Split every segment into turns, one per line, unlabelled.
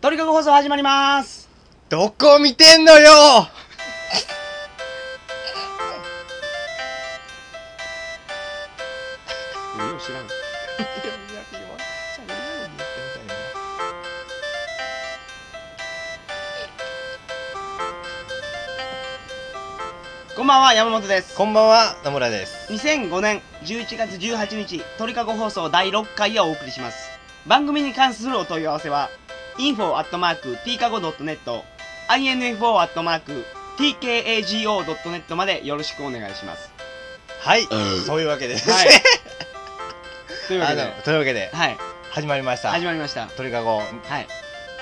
トリカゴ放送始まります
どこ見てんのよ
もうよう知らんこんばんは山本です
こんばんは、田村です。
2005年11月18日鳥かご放送第6回をお送りします番組に関するお問い合わせは info.tkago.net info.tkago.net までよろしくお願いします
はい、そういうわけでですね。
はいというわ
あ
けで
のというわけで、
はい
始まりました。
始まりました
鳥かご
はい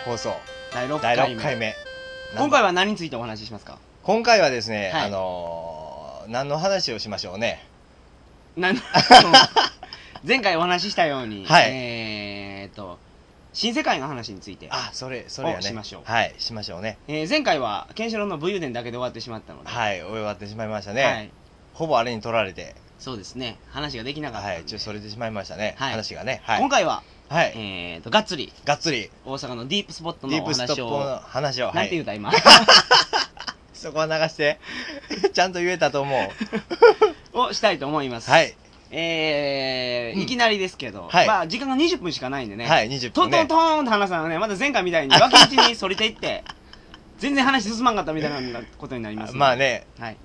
放送
第6
第
回目
6回目。
今回は何についてお話ししますか
今回はですね、
はい
あのー、何の話をしましょうね。
なん 前回お話ししたように、
はい
えーっと新世界の話について
あ、それ、それ
お
やね。
しましょう
はい、しましょうね。
えー前回はケンシロウの武勇伝だけで終わってしまったので、
はい、終わってしまいましたね。
はい
ほぼあれに取られて、
そうですね話ができなかったの
は
で、
い、ちょっとそれてしまいましたね。
はい
話がね。はい。
今回は、
はい、
えー、とがっつり
がっつり、
大阪のディープスポット
デ
の
ィ
お
ープストッ
話
プ
を
の話を。は
なんて言。
いう
た 今
そこは流して、 ちゃんと言えたと思う。
をしたいと思います、
はい。
えー
うん
いきなりですけど、
はい
まあ、時間が20分しかないんでね、
はい、20
ト
分
ント
ね。
ントーンって話したらねまだ前回みたいに脇道にそれていって全然話進まんかったみたいなことになりますんで
まあ、ね、
はい、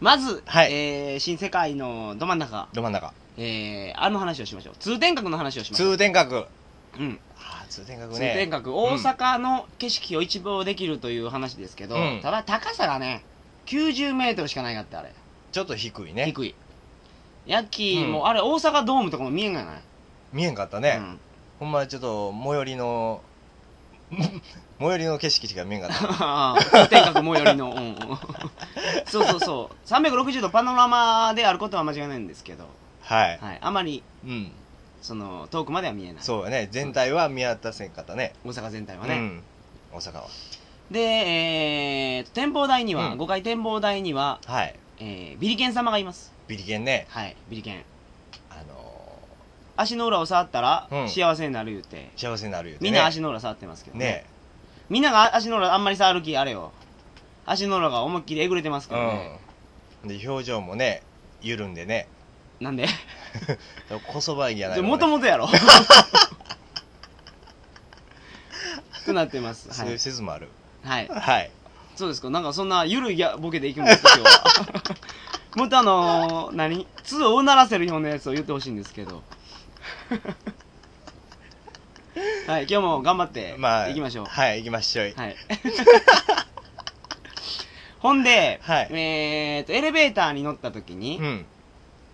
まず、
はい
えー新世界のど真ん中、
ど真ん中。
えー、あの話をしましょう通天閣の話をしましょう
通天閣。
うん
あー通天閣ね。
通天閣、大阪の景色を一望できるという話ですけど、
うん
ただ高さがね90メートルしかないかってあれ
ちょっと低いね。
低いヤッキー
うん
も、あれ大阪ドームとかも見えんがない、
見えんかった
う
ね。
ん
ほんまちょっと、最寄りの、 最寄りの景色しか見えんか った。
通天閣最寄りの、うん そうそうそう360度パノラマであることは間違いないんですけど、
はい。
はい、あまり
うん。
その遠くまでは見えない
そうやね。全体は見渡せんかったね。
大阪全体は
う
ね、
ん。大阪は。
で、えーと、展望台には、
うん
5階展望台には、
はい。
えー、ビリケン様がいます。
ビリケンね。
はい、ビリケン。
あの
足の裏を触ったら、
うん
幸せになる言うて。
ー、幸せになるよね。
みんな足の裏触ってますけどね。
ね。
みんなが足の裏あんまり触る気あれよ。足の裏が思いっきりえぐれてますけどね。
うん。で、表情もね、緩んでね。
なんで
こそばいじゃないのね
もともとや ろ。となってます。
そう
は
いう
い。
説もある。
はい。
はい。
そうですか。なんかそんなゆるいギャボケでいくんですか、今日 は。もっとあのー、何通をうならせるようなやつを言ってほしいんですけど。はい、今日も頑張って、
まあ、
いきましょう。
はい、行きましょう。
はい。 ほんで、
はい
えーと、エレベーターに乗った時に、
うん。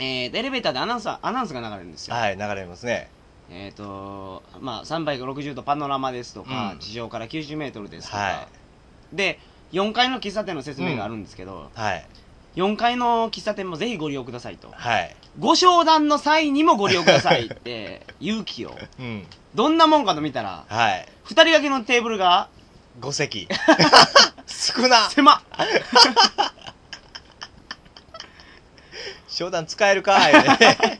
えーと、エレベーターでアナウンス、アナウンスが流れるんですよ。
はい、流れますね。
えーと、まあ、360度パノラマですとか、
うん
地上から90メートルですとか、
は
で、4階の喫茶店の説明があるんですけど、
い。はい。
4階の喫茶店もぜひご利用くださいと。
はい。
ご商談の際にもご利用くださいっ て、勇気を。
うん。
どんなもんかと見たら、
はい。
二人掛けのテーブルが、
5席。 少な
狭っ
商談使え るかい、ね、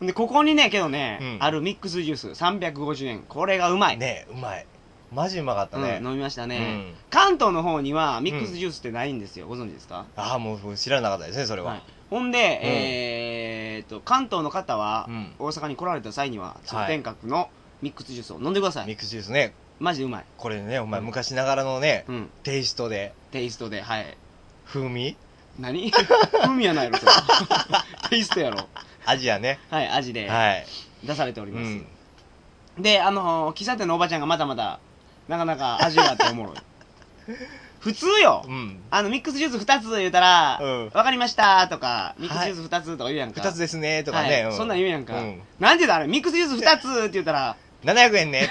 で、ここにね、けどね、
うん
あるミックスジュース350円。これがうまい。
ねうまい。マジうまかった
うん
ね。
飲みました
う
ね、
ん。
関東の方にはミックスジュースってないんですよ。ご存知ですか
ああ、もう知らなかったですね、それは。
はい。ほんで、えーっと、関東の方は、
うん
大阪に来られた際には、通天閣のミックスジュースを飲んでください。
ミックスジュースね。
マジでうまい。
これね、お前、
うん
昔ながらのね、
うん。
テイストで、
テイストで、はい。
風味、
何 風味やないやろ、それ テイストやろ。
味やね。
はい、味で
はい。
出されており
う
ます。
ん。
で、あのー喫茶店のおばちゃんがまだまだ、なかなか味があっておもろい。 普通よ
うん。
あの、ミックスジュース2つ言うたら、わ、
うん
かりましたとか、ミックスジュース2つとか言うやんか。
2つですね、とか
はい
ね。う
そんなん言うやんか。
うん。
なんて言うたらあれ、ミックスジュース2つって言うたら、
700円ね。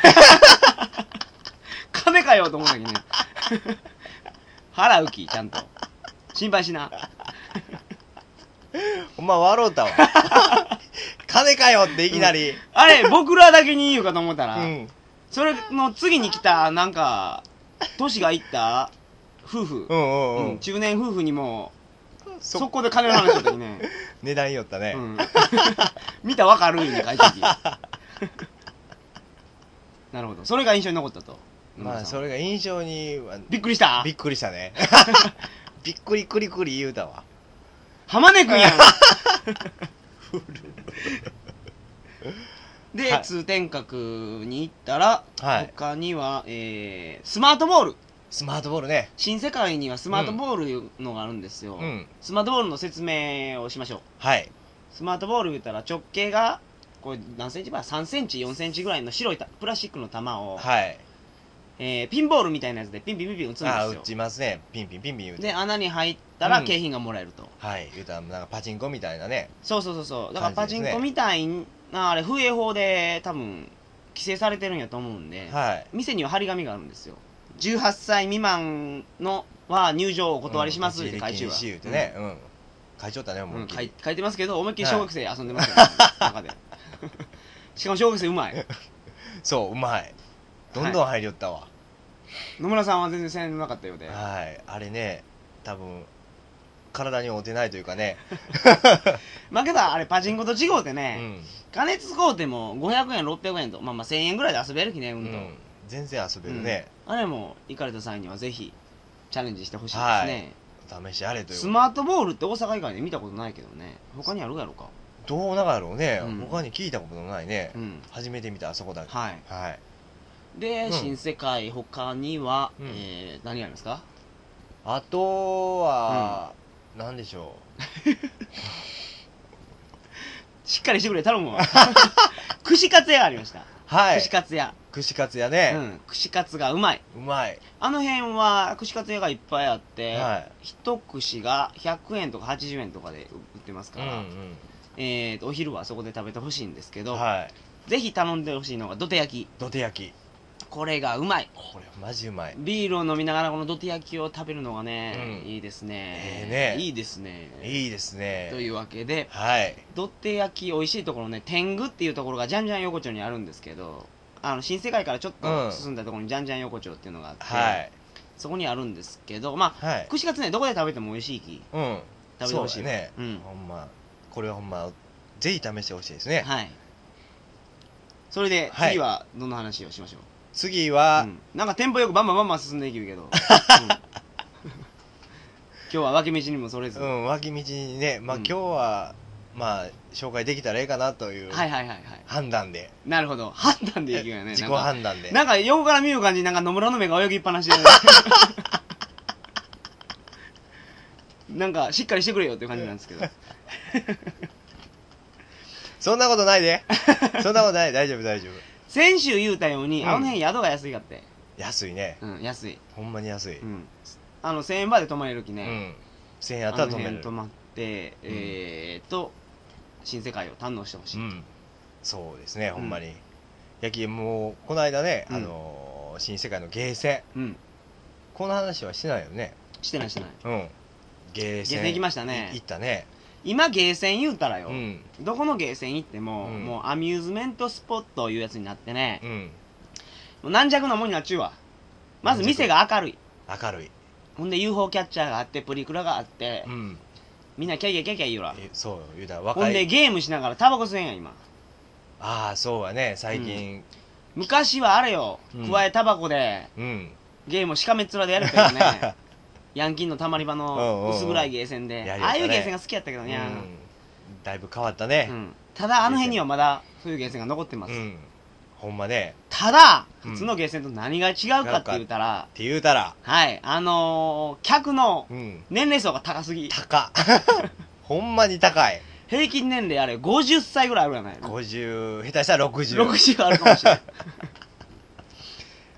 金かよと思うんだけどね。 払うき、ちゃんと。心配しな。
お前、笑うた わ。金かよっていきなり。
あれ、僕らだけに言うかと思ったら、
うん。
それの次に来た、なんか、年がいった夫婦、
うんうんうん。
うん中年夫婦にも、
そ
速攻で金の話の時に ね、
値段よったね。
うん 見たわ かるいね、書いてき。なるほど。それが印象に残ったと。
ま
野村
あ
さん
それが印象には
びっくりした
びっくりし たねびっくりくりくり言うたわ
浜根くんやんで、
はい
通天閣に行ったら、
はい
他には、えースマートボール
スマートボールね
新世界にはスマートボールいうのがあるんですよ、
うん
スマートボールの説明をしましょう
はい
スマートボール言ったら直径がこれ何センチば3センチ4センチぐらいの白いたプラスチックの球を、
はい
えーピンボールみたいなやつでピンピンピンピン打つん
ああ
で
打
すよ
ちますねピンピンピンピン言う
で
て
穴に入ったら
うん
景品がもらえると、
はい言うたらなんかパチンコみたいなね
そうそうそうそうだからパ
感
チ
じで
ン
す
コ
ね
みたいなあれ風営法で多分規制されてるんやと思うんで、
はい
店には張り紙があるんですよ18歳未満のは入場お断りしますって書いて
う
るわ
ん自力禁止言うてねうん書いちゃったね
うん
も
う
うんき
書い
り
書いてますけど思いっきり小学生遊んでますよ、 ね中で しかも小学生うまい
そううまいどんどん入りよったわ
野村さんは全然才能なかったようで
はいあれね多分体に合うてないというかね
まあけどあれパチンコと違うて
う
ね、
ん
加熱工程も500円600円とまあまあ1000円ぐらいで遊べるきね
う
運動、
ん全然遊べるね
あれも行かれた際にはぜひチャレンジしてほしいですね、
試しあれという
スマートボールって大阪以外で見たことないけどね他にあるやろか
どうなんやろうね
うん
他に聞いたことのないね
うん
初めて見たあそこだけ
はい
はい
で、
うん
新世界他には、
うん
えー、何があるんですか
あとは何でしょ
しっかりしてくれ頼むわ 串カツ屋がありました、
うはい
串カツ屋、
串カツや
う
ね
ん、串カツがうまいう
まい
あの辺は串カツ屋がいっぱいあって、
はい
一串が100円とか80円とかで売ってます
う
か
んう
ら、
ん
えー、とお昼はそこで食べてほしいんですけど、
はい
ぜひ頼んでほしいのが土手焼き
どて焼き
これがうまい
これマジうまい
ビールを飲みながらこの土手焼きを食べるのがね、
うん
いいですね,、
ええね
いいですね
いいですね
というわけで
はい
土手焼き美味しいところね天狗っていうところがじゃんじゃん横丁にあるんですけどあの新世界からちょっ
う
と
ん
進んだところにじゃんじゃん横丁っていうのがあって、
はい
そこにあるんですけどま
は
あ
い
串カツねどこで食べても美味しいき
うん
食べてほしい
そうだね
うん
ほんまこれはほんまぜひ試してほしいですね
はいそれで
はい
次はどんな話をしましょう、
次は
うんなんかテンポよくバンバンバンバン進んでいける けど、うん今日は脇道にもそれず、
う
はい
ん、脇道にね、まあ、
うん
今日は、まあ、紹介できたらええかなという
はいはいはい
判断で、
なるほど判断でいくよね
自己
なんか
判断で、
なんか横から見る感じなんか野村の目が泳ぎっぱな しでなんかしっかりしてくれよっていう感じなんですけ ど
そんなことな いで、そんなことない、大丈夫、大丈夫、
先週言うたように、
うん
あの辺宿が安いかって
安いね、
うん安い、
ほんまに安い、
う
うん、
ん、あの1000円バーで泊まれるきね、
1000円あった
あ
ら
の
止め
辺
る
泊、まって、えーと新世界を堪能してほし
う
い、
ん、そうですね、ほんまに、やき、もう、この間ね、
うん
あのー新世界のゲーセン、
うん、
この話はしてないよね、
してないしてない
うん、ゲーセン、
ゲーセン行きましたね
い行ったね、
今ゲーセン言うたらよ、
うん、
どこのゲーセン行っても、
うん
もうアミューズメントスポットいうやつになってね、
うん、
もう軟弱なもんになっちゅうわまず店が明るい
明るい、
ほんで UFO キャッチャーがあってプリクラがあって、
うん、
みんなキャキャキャキャ言うわ
えそう、言うたら、
ほ
若
んで
い、
ゲームしながらタバコ吸えんやん今
ああ、そうやね、最近、
昔はあれよ、
うん
加えタバコで
うん、
ゲームをしかめっ面でやるけど ねヤンキーのたまり場の薄暗いゲーセンで、
うんうんうんやり
あ
よ
あ
った
い
ね
うゲーセンが好きやったけどね、
うん、だいぶ変わった
う
ね、
ん、ただあの辺にはまだそういうゲーセンが残ってま
う
す、
んほんまね
ただ
うん
普通のゲーセンと何が違うかって言ったら、
って言うたら
はいあのー客の
うん
年齢層が高すぎ
高ほんまに高い
平均年齢あれ50歳ぐらいあるやないの
50下手したら60
60あるかもし れない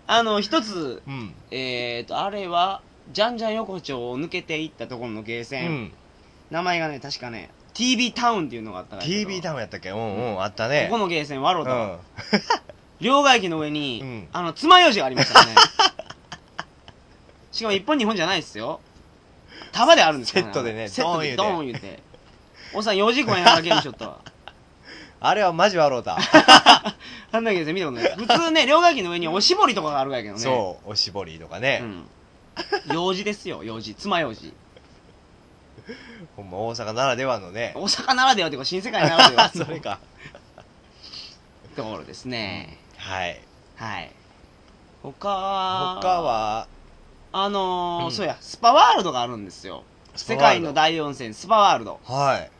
あの一つ
うん
えーとあれはじゃんじゃん横丁を抜けていったところのゲー
う
セン、
ん、
名前がね確かね TB タウンっていうのがあったから
TV
ウン
タウンやったっけうんうん、あったね
ここのゲーセン笑うたわ、
うん
両替機の上に、
うん
あの爪楊枝がありましたねしかも一本二本じゃないですよ束であるんですよ、
セットでね
セットでド
ド
ー
ー
ン言うておっさん4時間やからゲームしよったわ
あれはマジ笑うた、
あんなゲーセン見たことない普通ね両替機の上におしぼりとかがあるわけやけどね
そうおしぼりとか
う
ね、
ん用事ですよ用事爪楊枝
ほんま大阪ならではのね
大阪ならではというか新世界ならでは
それか
ところですね、
はい
はい他は
他は
あのー
うん
そうやスパワールドがあるんですよ世界の
大
大温泉スパワールド
はい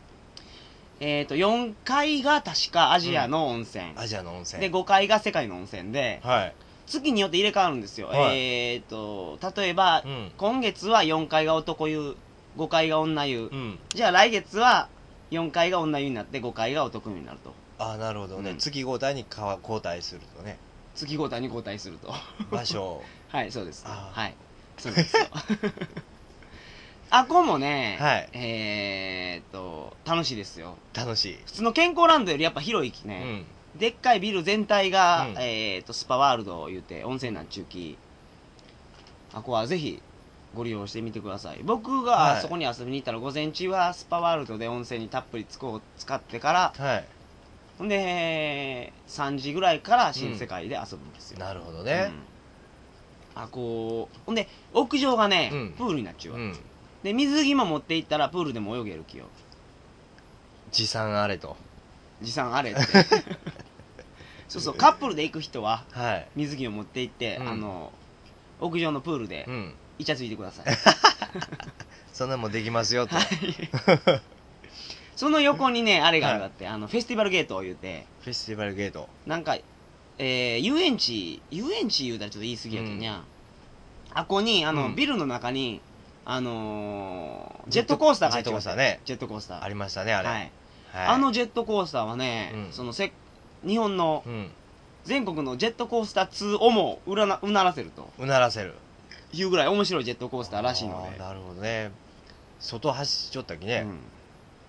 えっ、と4階が確かアジアの温泉、
アジアの温泉
で5階が世界の温泉で
はい
月によって入れ替わるんですよ、
はい
えっ、と例えば、
うん
今月は4階が男湯5階が女湯、
うん
じゃあ来月は4階が女湯になって5階が男湯になると
ああなるほどね、
うん
月交代にかわ交代する とね
月ごとに交代すると
場所を
はいそうです
あー
はいそうなんです よあこもね、
はい
えー、っと楽しいですよ
楽しい、
普通の健康ランドよりやっぱ広いき
う
ね、
ん、
でっかいビル全体が、
うん
えー、っとスパワールドを言うて温泉なんちゅうきあこはぜひご利用してみてください僕
は
が
い
そこに遊びに行ったら午前中はスパワールドで温泉にたっぷりつこう使ってから
はい
ほんで3時ぐらいから新世界で遊ぶんですよ、
なるほどね、
うんあこうほんで屋上がね、
うん
プールになっちゅ
う
うんわ、で水着も持っていったらプールでも泳げる気よ
持参あれと
持参あれって そうそうカップルで行く人は
はい
水着を持って行って、
うん
あの屋上のプールで
うん
イチャついてください、
そんなんもできますよとフ
その横にねあれがあるんだって、あのフェスティバルゲートを言うて
ェスティバルゲート
なんか、えー遊園地遊園地言うたらちょっと言い過ぎやけどにゃ、あこにあの、
うん
ビルの中にあのージェットコースターが入って
ジェットコー
ま
ス
す
ターね
ジェットコースター
ありましたねあれ、
はい
はい
あのジェットコースターはね、
うん
そのせ日本の
うん
全国のジェットコースター2をもうらなうならせると
うならせる
いうぐらい面白いジェットコースターらしいの
あー
で、
なるほどね外走っちょったきね
う、ん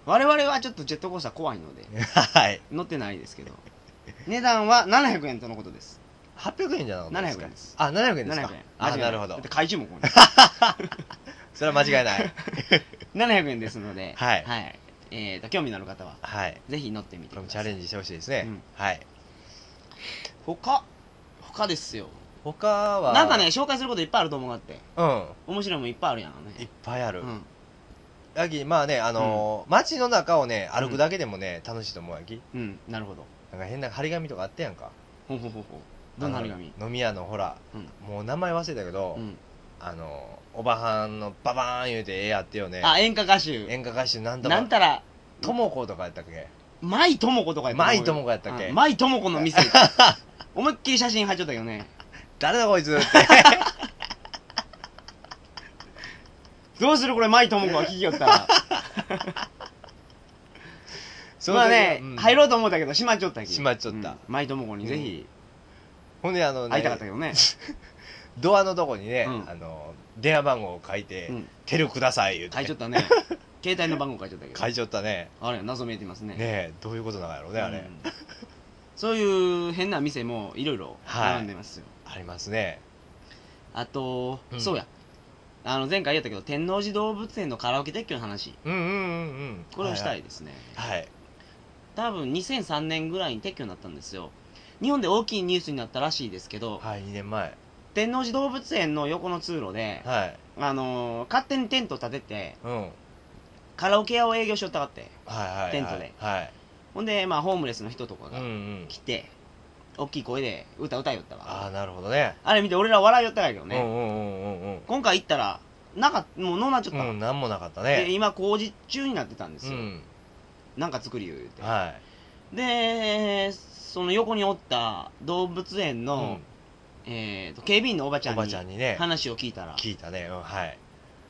我々はちょっとジェットコースター怖いので
はい
乗ってないですけど値段は700円とのことです
800円じゃなかったで
700
すか
円です
あ700円です
700
か
円
あ
間違いい
なるほ
だ
ど
って怪獣もここに
それは間違いない
700円ですので、
はい
えーと興味のある方は
はい
ぜひ乗ってみて
こ
く
れも
だ
チ
さ
ャレ
い
ンジしてほしいですね、
うん
はい
他他ですよ
他は
なんかね紹介することいっぱいあると思うがあって
うん
面白いもんいっぱいあるやん
い
ね
っぱいある、
うん
やきまあねあのー街の中をね歩くだけでもね、楽しいと思うやき
うんなるほど
なんか変な張り紙とかあったやんか
ほうほうほうほうどんな張り紙
あの飲み屋のほら、
う
もう名前忘れたけど、
うん
あのーおばはんのババーン言うてええやってよね
あ演歌歌手
演歌歌手なんと
なん
か
たら
ともこうとかやったっけ
舞智子とかやった
舞智子やったっけ
うん舞智子の 店思いっきり写真入っちゃったけどね
誰だこ いつって
どうするこれ舞智子が聞きよったら
その
まあ
時は
ね、
うん
入ろうと思ったけどしまっちゃったき
しまっちゃった
うん舞智子にぜひ
ほんであの、ね、
会いたかったけどね
ドアのとこにね、
うん
あの電話番号を書いて
うん
「テルください」言うて
書いちゃったね 携帯の番号書いちゃったけど
書いちゃったね
あれ謎めいてますね
ねえどういうことなんやろうねあれ、
うんそういう変な店もいろいろ並んでますよ、
ありますね
あと、
うん
そうやあの前回言ったけど天王寺動物園のカラオケ撤去の話
うんうんうんうん
これをしたいですね、
はい、はい
多分2003年ぐらいに撤去になったんですよ日本で大きいニュースになったらしいですけど、
はい、2年前
天王寺動物園の横の通路で、
はい
あのー勝手にテント立てて
うんはい
カラオケ屋を営業しよったかって
はいはい
テントで
はい
ほんで、まあ、ホームレスの人とか
うんう
が
ん
来て、大きい声で歌歌いよったわ
ああ
あ
なるほどね
れ見て俺ら笑いよったんやけどね、
うんうんうんうんうん
今回行ったらなんかもう飲んなっちゃった、
うん、なんもなかった
で
ね。
今工事中になってたんで
う
すよ、
ん。
なんか作りを言うて、
は
でその横におった動物園
い。
の、えーと警備員のおばちゃ
うんお
ん
ば
に
ちゃんにね、
話を聞いたら
聞いたね。うん、はい。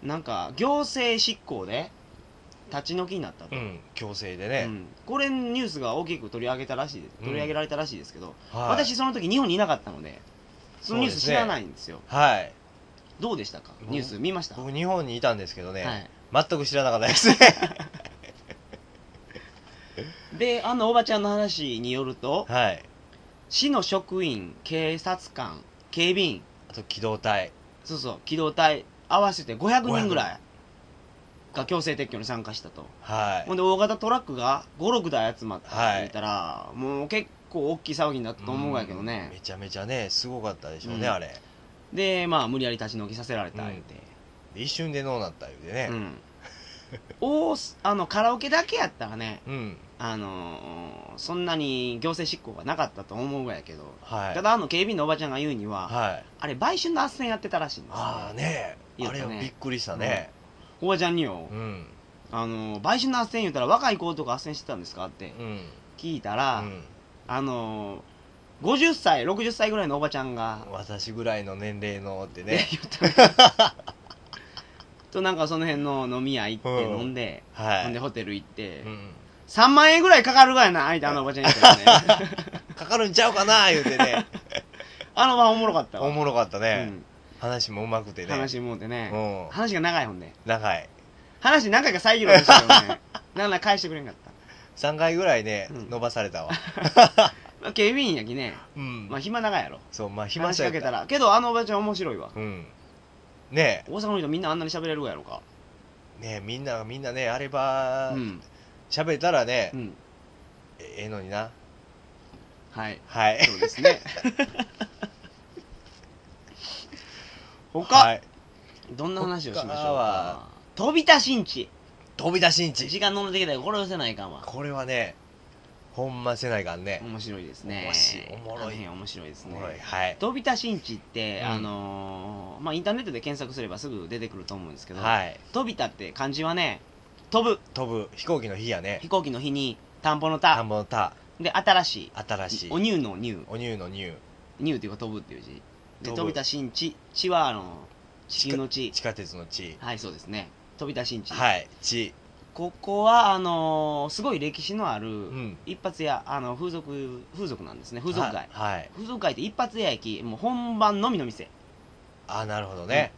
なんか行政執行で立ち退きになったと、
う
うん
ん、強制でね。
これニュースが大きく取り上げたらしいです
うん
取り上げられたらしいですけど、
はい。
私その時日本にいなかったのでそのニュース知らないんですよ
はい。
どうでしたか
僕
ニュース見ました、
僕、日本にいたんですけどね、
はい
全く知らなかっ たですね。
であのおばちゃんの話によると
はい。
市の職員警察官警備員
あと、機動隊。
そうそう機動隊合わせて500人ぐらいが強制撤去に参加したと、
はい
ほん。で大型トラックが56台集まったって
はい
言ったら、もう結構大きい騒ぎになったと思うんやけど
うん
ね
めちゃめちゃね、すごかったでしょうね、
うん
あれ。
でまあ無理やり立ち退きさせられた言うて、
一瞬でノーなった言うでね。
うんおあのカラオケだけやったらね
うん
あのーそんなに行政執行がなかったと思うがやけど、
はい
ただあの警備員のおばちゃんが言うには、
はい
あれ売春の斡旋やってたらしいんですよ
ああね
言
あ
う
れ
たね
はびっくりしたね
おばちゃんによ、
うん
あのー売春の斡旋言うたら若い子とか斡旋してたんですかって
うん
聞いた
う
ら、
ん
あのー50歳60歳ぐらいのおばちゃんが、
私ぐらいの年齢のって
ね
ね、
言ったのとなんかその辺の飲み屋行って
うん
飲んで、
は
ほんで
い
ホテル行って、
うん
3万円ぐらいかかるがやなあいたあのおばちゃんやった らね
かかるんちゃうかな言う てね
あの場おもろかったわ
おもろかった
う
ね
ん
話もうまくてね
話もうてね、
うん
話が長いほんで
長い
話何回か遮ろうとしたけどね なんなら返してくれんかっ
3回ぐらいね
うん
伸ばさ れたわ
たまあ警備員やきね
うん
まあ暇長いやろ
そうまあ暇
話し
さ
か
や
け
った
たらけどあのおばちゃん面白いわ
うんね
大阪の人みんなあんなに喋れるやろか
えねえみんなみんなねあれば
うん
喋ったらね
うん
ええのにな
はい
はい
そうですね他、
はい
どんな話をしましょう
他
か
は
飛び出しんち
飛び出しんち
時間のんできたらこれ寄せないかんわ
これはねほんませないかんね
面白いですね
面白いおもろ
あ
い
の辺面白いですね
おもろいはい
飛び出しんちって、
うん
あのーまあインターネットで検索すればすぐ出てくると思うんですけど、
はい
飛びたって漢字はね飛ぶ
飛ぶ飛行機の日やね
飛行機の日に田んぼの
田
田
んぼの田
で新しい
新しい
おニューのニュー
おニューのニュ
ニューっていうか飛ぶっていう字で
飛ぶ
飛びた新地地はあの地球の
ー
地
地下鉄の地
はいそうですね飛びた新地、
はい地
ここはあのーすごい歴史のある、
うん
一発屋あの風俗風俗なんですね風俗街、
ははい
風俗街って一発屋駅もう本番のみの店
あなるほどね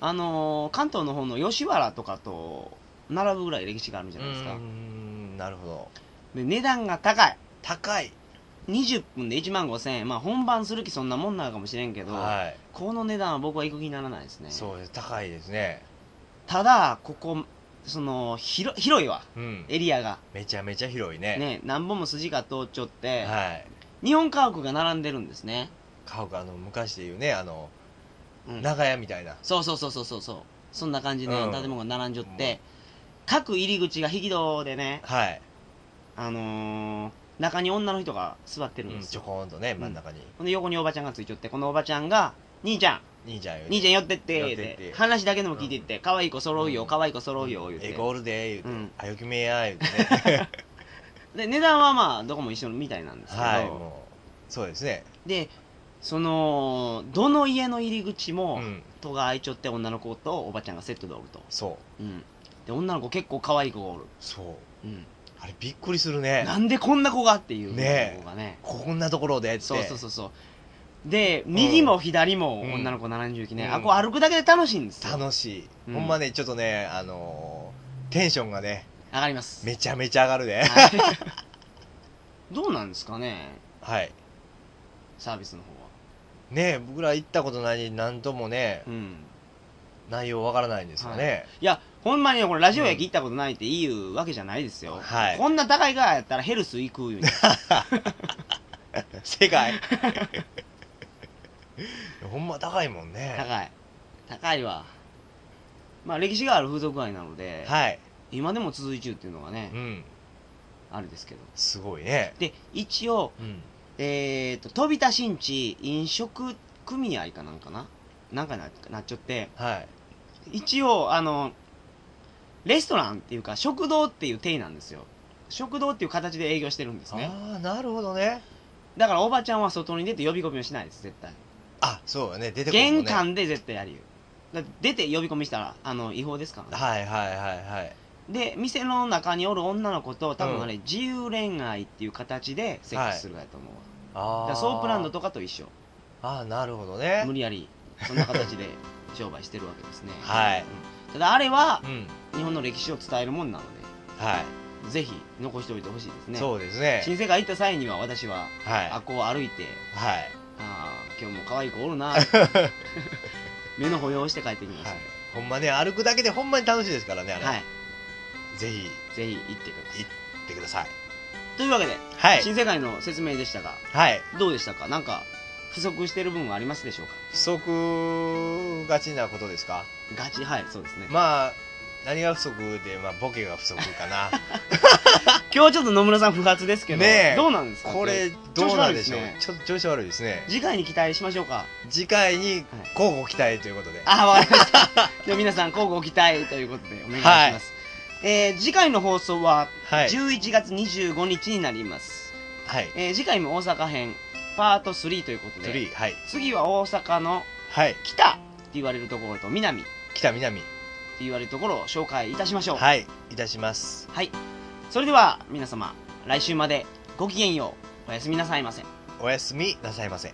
あのー関東の方の吉原とかと並ぶぐらい歴史があるんじ
う
ゃないですか
ーんなるほど
で値段が高い
高い
20分で1万5000円まあ本番する気そんなもんなのかもしれんけど、
はい
この値段は僕は行く気にならないですね
そうです高いですね
ただここその広広いわ
うん
エリアが
めちゃめちゃ広いね
ね何本も筋が通っちょって、
はい
日本家屋が並んでるんですね、
家屋あの昔で言うねあの
うん、
長屋みたいな
そうそうそうそうそうそうそんな感じで、
うん
建物が並んじょって、各入り口が引き戸でね
はい
あのー中に女の人が座ってるん
うん
です
ちょ
よ、
こんとね真ん中に
ほんで横におばちゃんがついちょってこのおばちゃんが「兄ちゃん
兄ちゃんより
兄ちゃん寄ってって」言
寄っ
う
てって
て話だけでも聞いてって「可愛い子揃う
う
よ
ん
可愛い子揃うよ」言う
ええ
て
ゴールで言うて、
うん
あよきめや言うて ね
で値段はまあどこも一緒みたいなんですけど、
はいもうそうですね
でそのどの家の入り口
う
も
ん
戸が開いちょって女の子とおばちゃんがセットでおると、
そう
うん、で女の子結構可愛い子がおる、
そう
うん、
あれびっくりするね
なんでこんな子がっていう
ねえ
子がね
こんなところでって
そうそうそうそうで右も左も
うん
女の子70期ね、
うん
あこう歩くだけで楽しいんですよ
楽しい、
うん
ほんまねちょっとねあのーテンションがね
上がります
めちゃめちゃ上がるね
はいどうなんですかね
はい
サービスの方は
ね僕ら行ったことない何ともね
うん
内容わからないんですよね、
いやほんまにねこれラジオ駅行ったことないって言うわけじゃないですよ、
はい
こんな高いがやったらヘルス行くように
世界ほんま高いもんね
高い高いわまあ歴史がある風俗街なので、
はい
今でも続いちゅうっていうのがね
うん
あるですけど
すごいね
で一応
うん
えー、と飛び田新地飲食組合かなんかななんかななっちゃって
はい
一応あのレストランっていうか食堂っていう体なんですよ食堂っていう形で営業してるんですね
ああなるほどね
だからおばちゃんは外に出て呼び込みをしないです絶対
あそうよね出てくるも
玄
んね
関で絶対やるよだって出て呼び込みしたらあの違法ですから、ね、
はいはいはいはい
で店の中におる女の子と多分あれ、自由恋愛っていう形でセックスするかやと思うわ、だ
あ
から
あ
ソープランドとかと一緒
ああなるほどね
無理やりそんな形で商売してるわけですね
はい
うんただあれは
うん
日本の歴史を伝えるもんなの
はい、
でぜひ残しておいてほしいですね
そうですね
新世界行った際には私は
はい
あこう歩いて
はい
ああ今日も可愛い子おるな 目の保養をして帰ってきま
はい
し、
ほんまね歩くだけでほんまに楽しいですからねあれ、
たはい
ぜひ行
ぜひ行ってください
ってください
というわけで、
はい
新世界の説明でしたが
はい
どうでしたかなんか不足してる部分はありますでしょうか
不足がちなことですか
ガチはいそうですね
まあ何が不足で、まあ、ボケが不足 かな
今日ちょっと野村さん不発ですけど、
ねえ
どうなんですか
これどうなんでしょうちょっと調子悪いですね
次回に期待しましょうか
次回に交互期待ということで、
あわかりました じゃあ皆さん交互期待ということでお願いします、えー次回の放送は
はい、
11月25日になります、
はい、
えー次回も大阪編パート3ということで
3はい
次は大阪の
はい
北って言われるところと南って
北南
言われるところを紹介いたしましょうはい、
はいいたします
それでは皆様来週までごきげんようおやすみなさいませ
おやすみなさいませ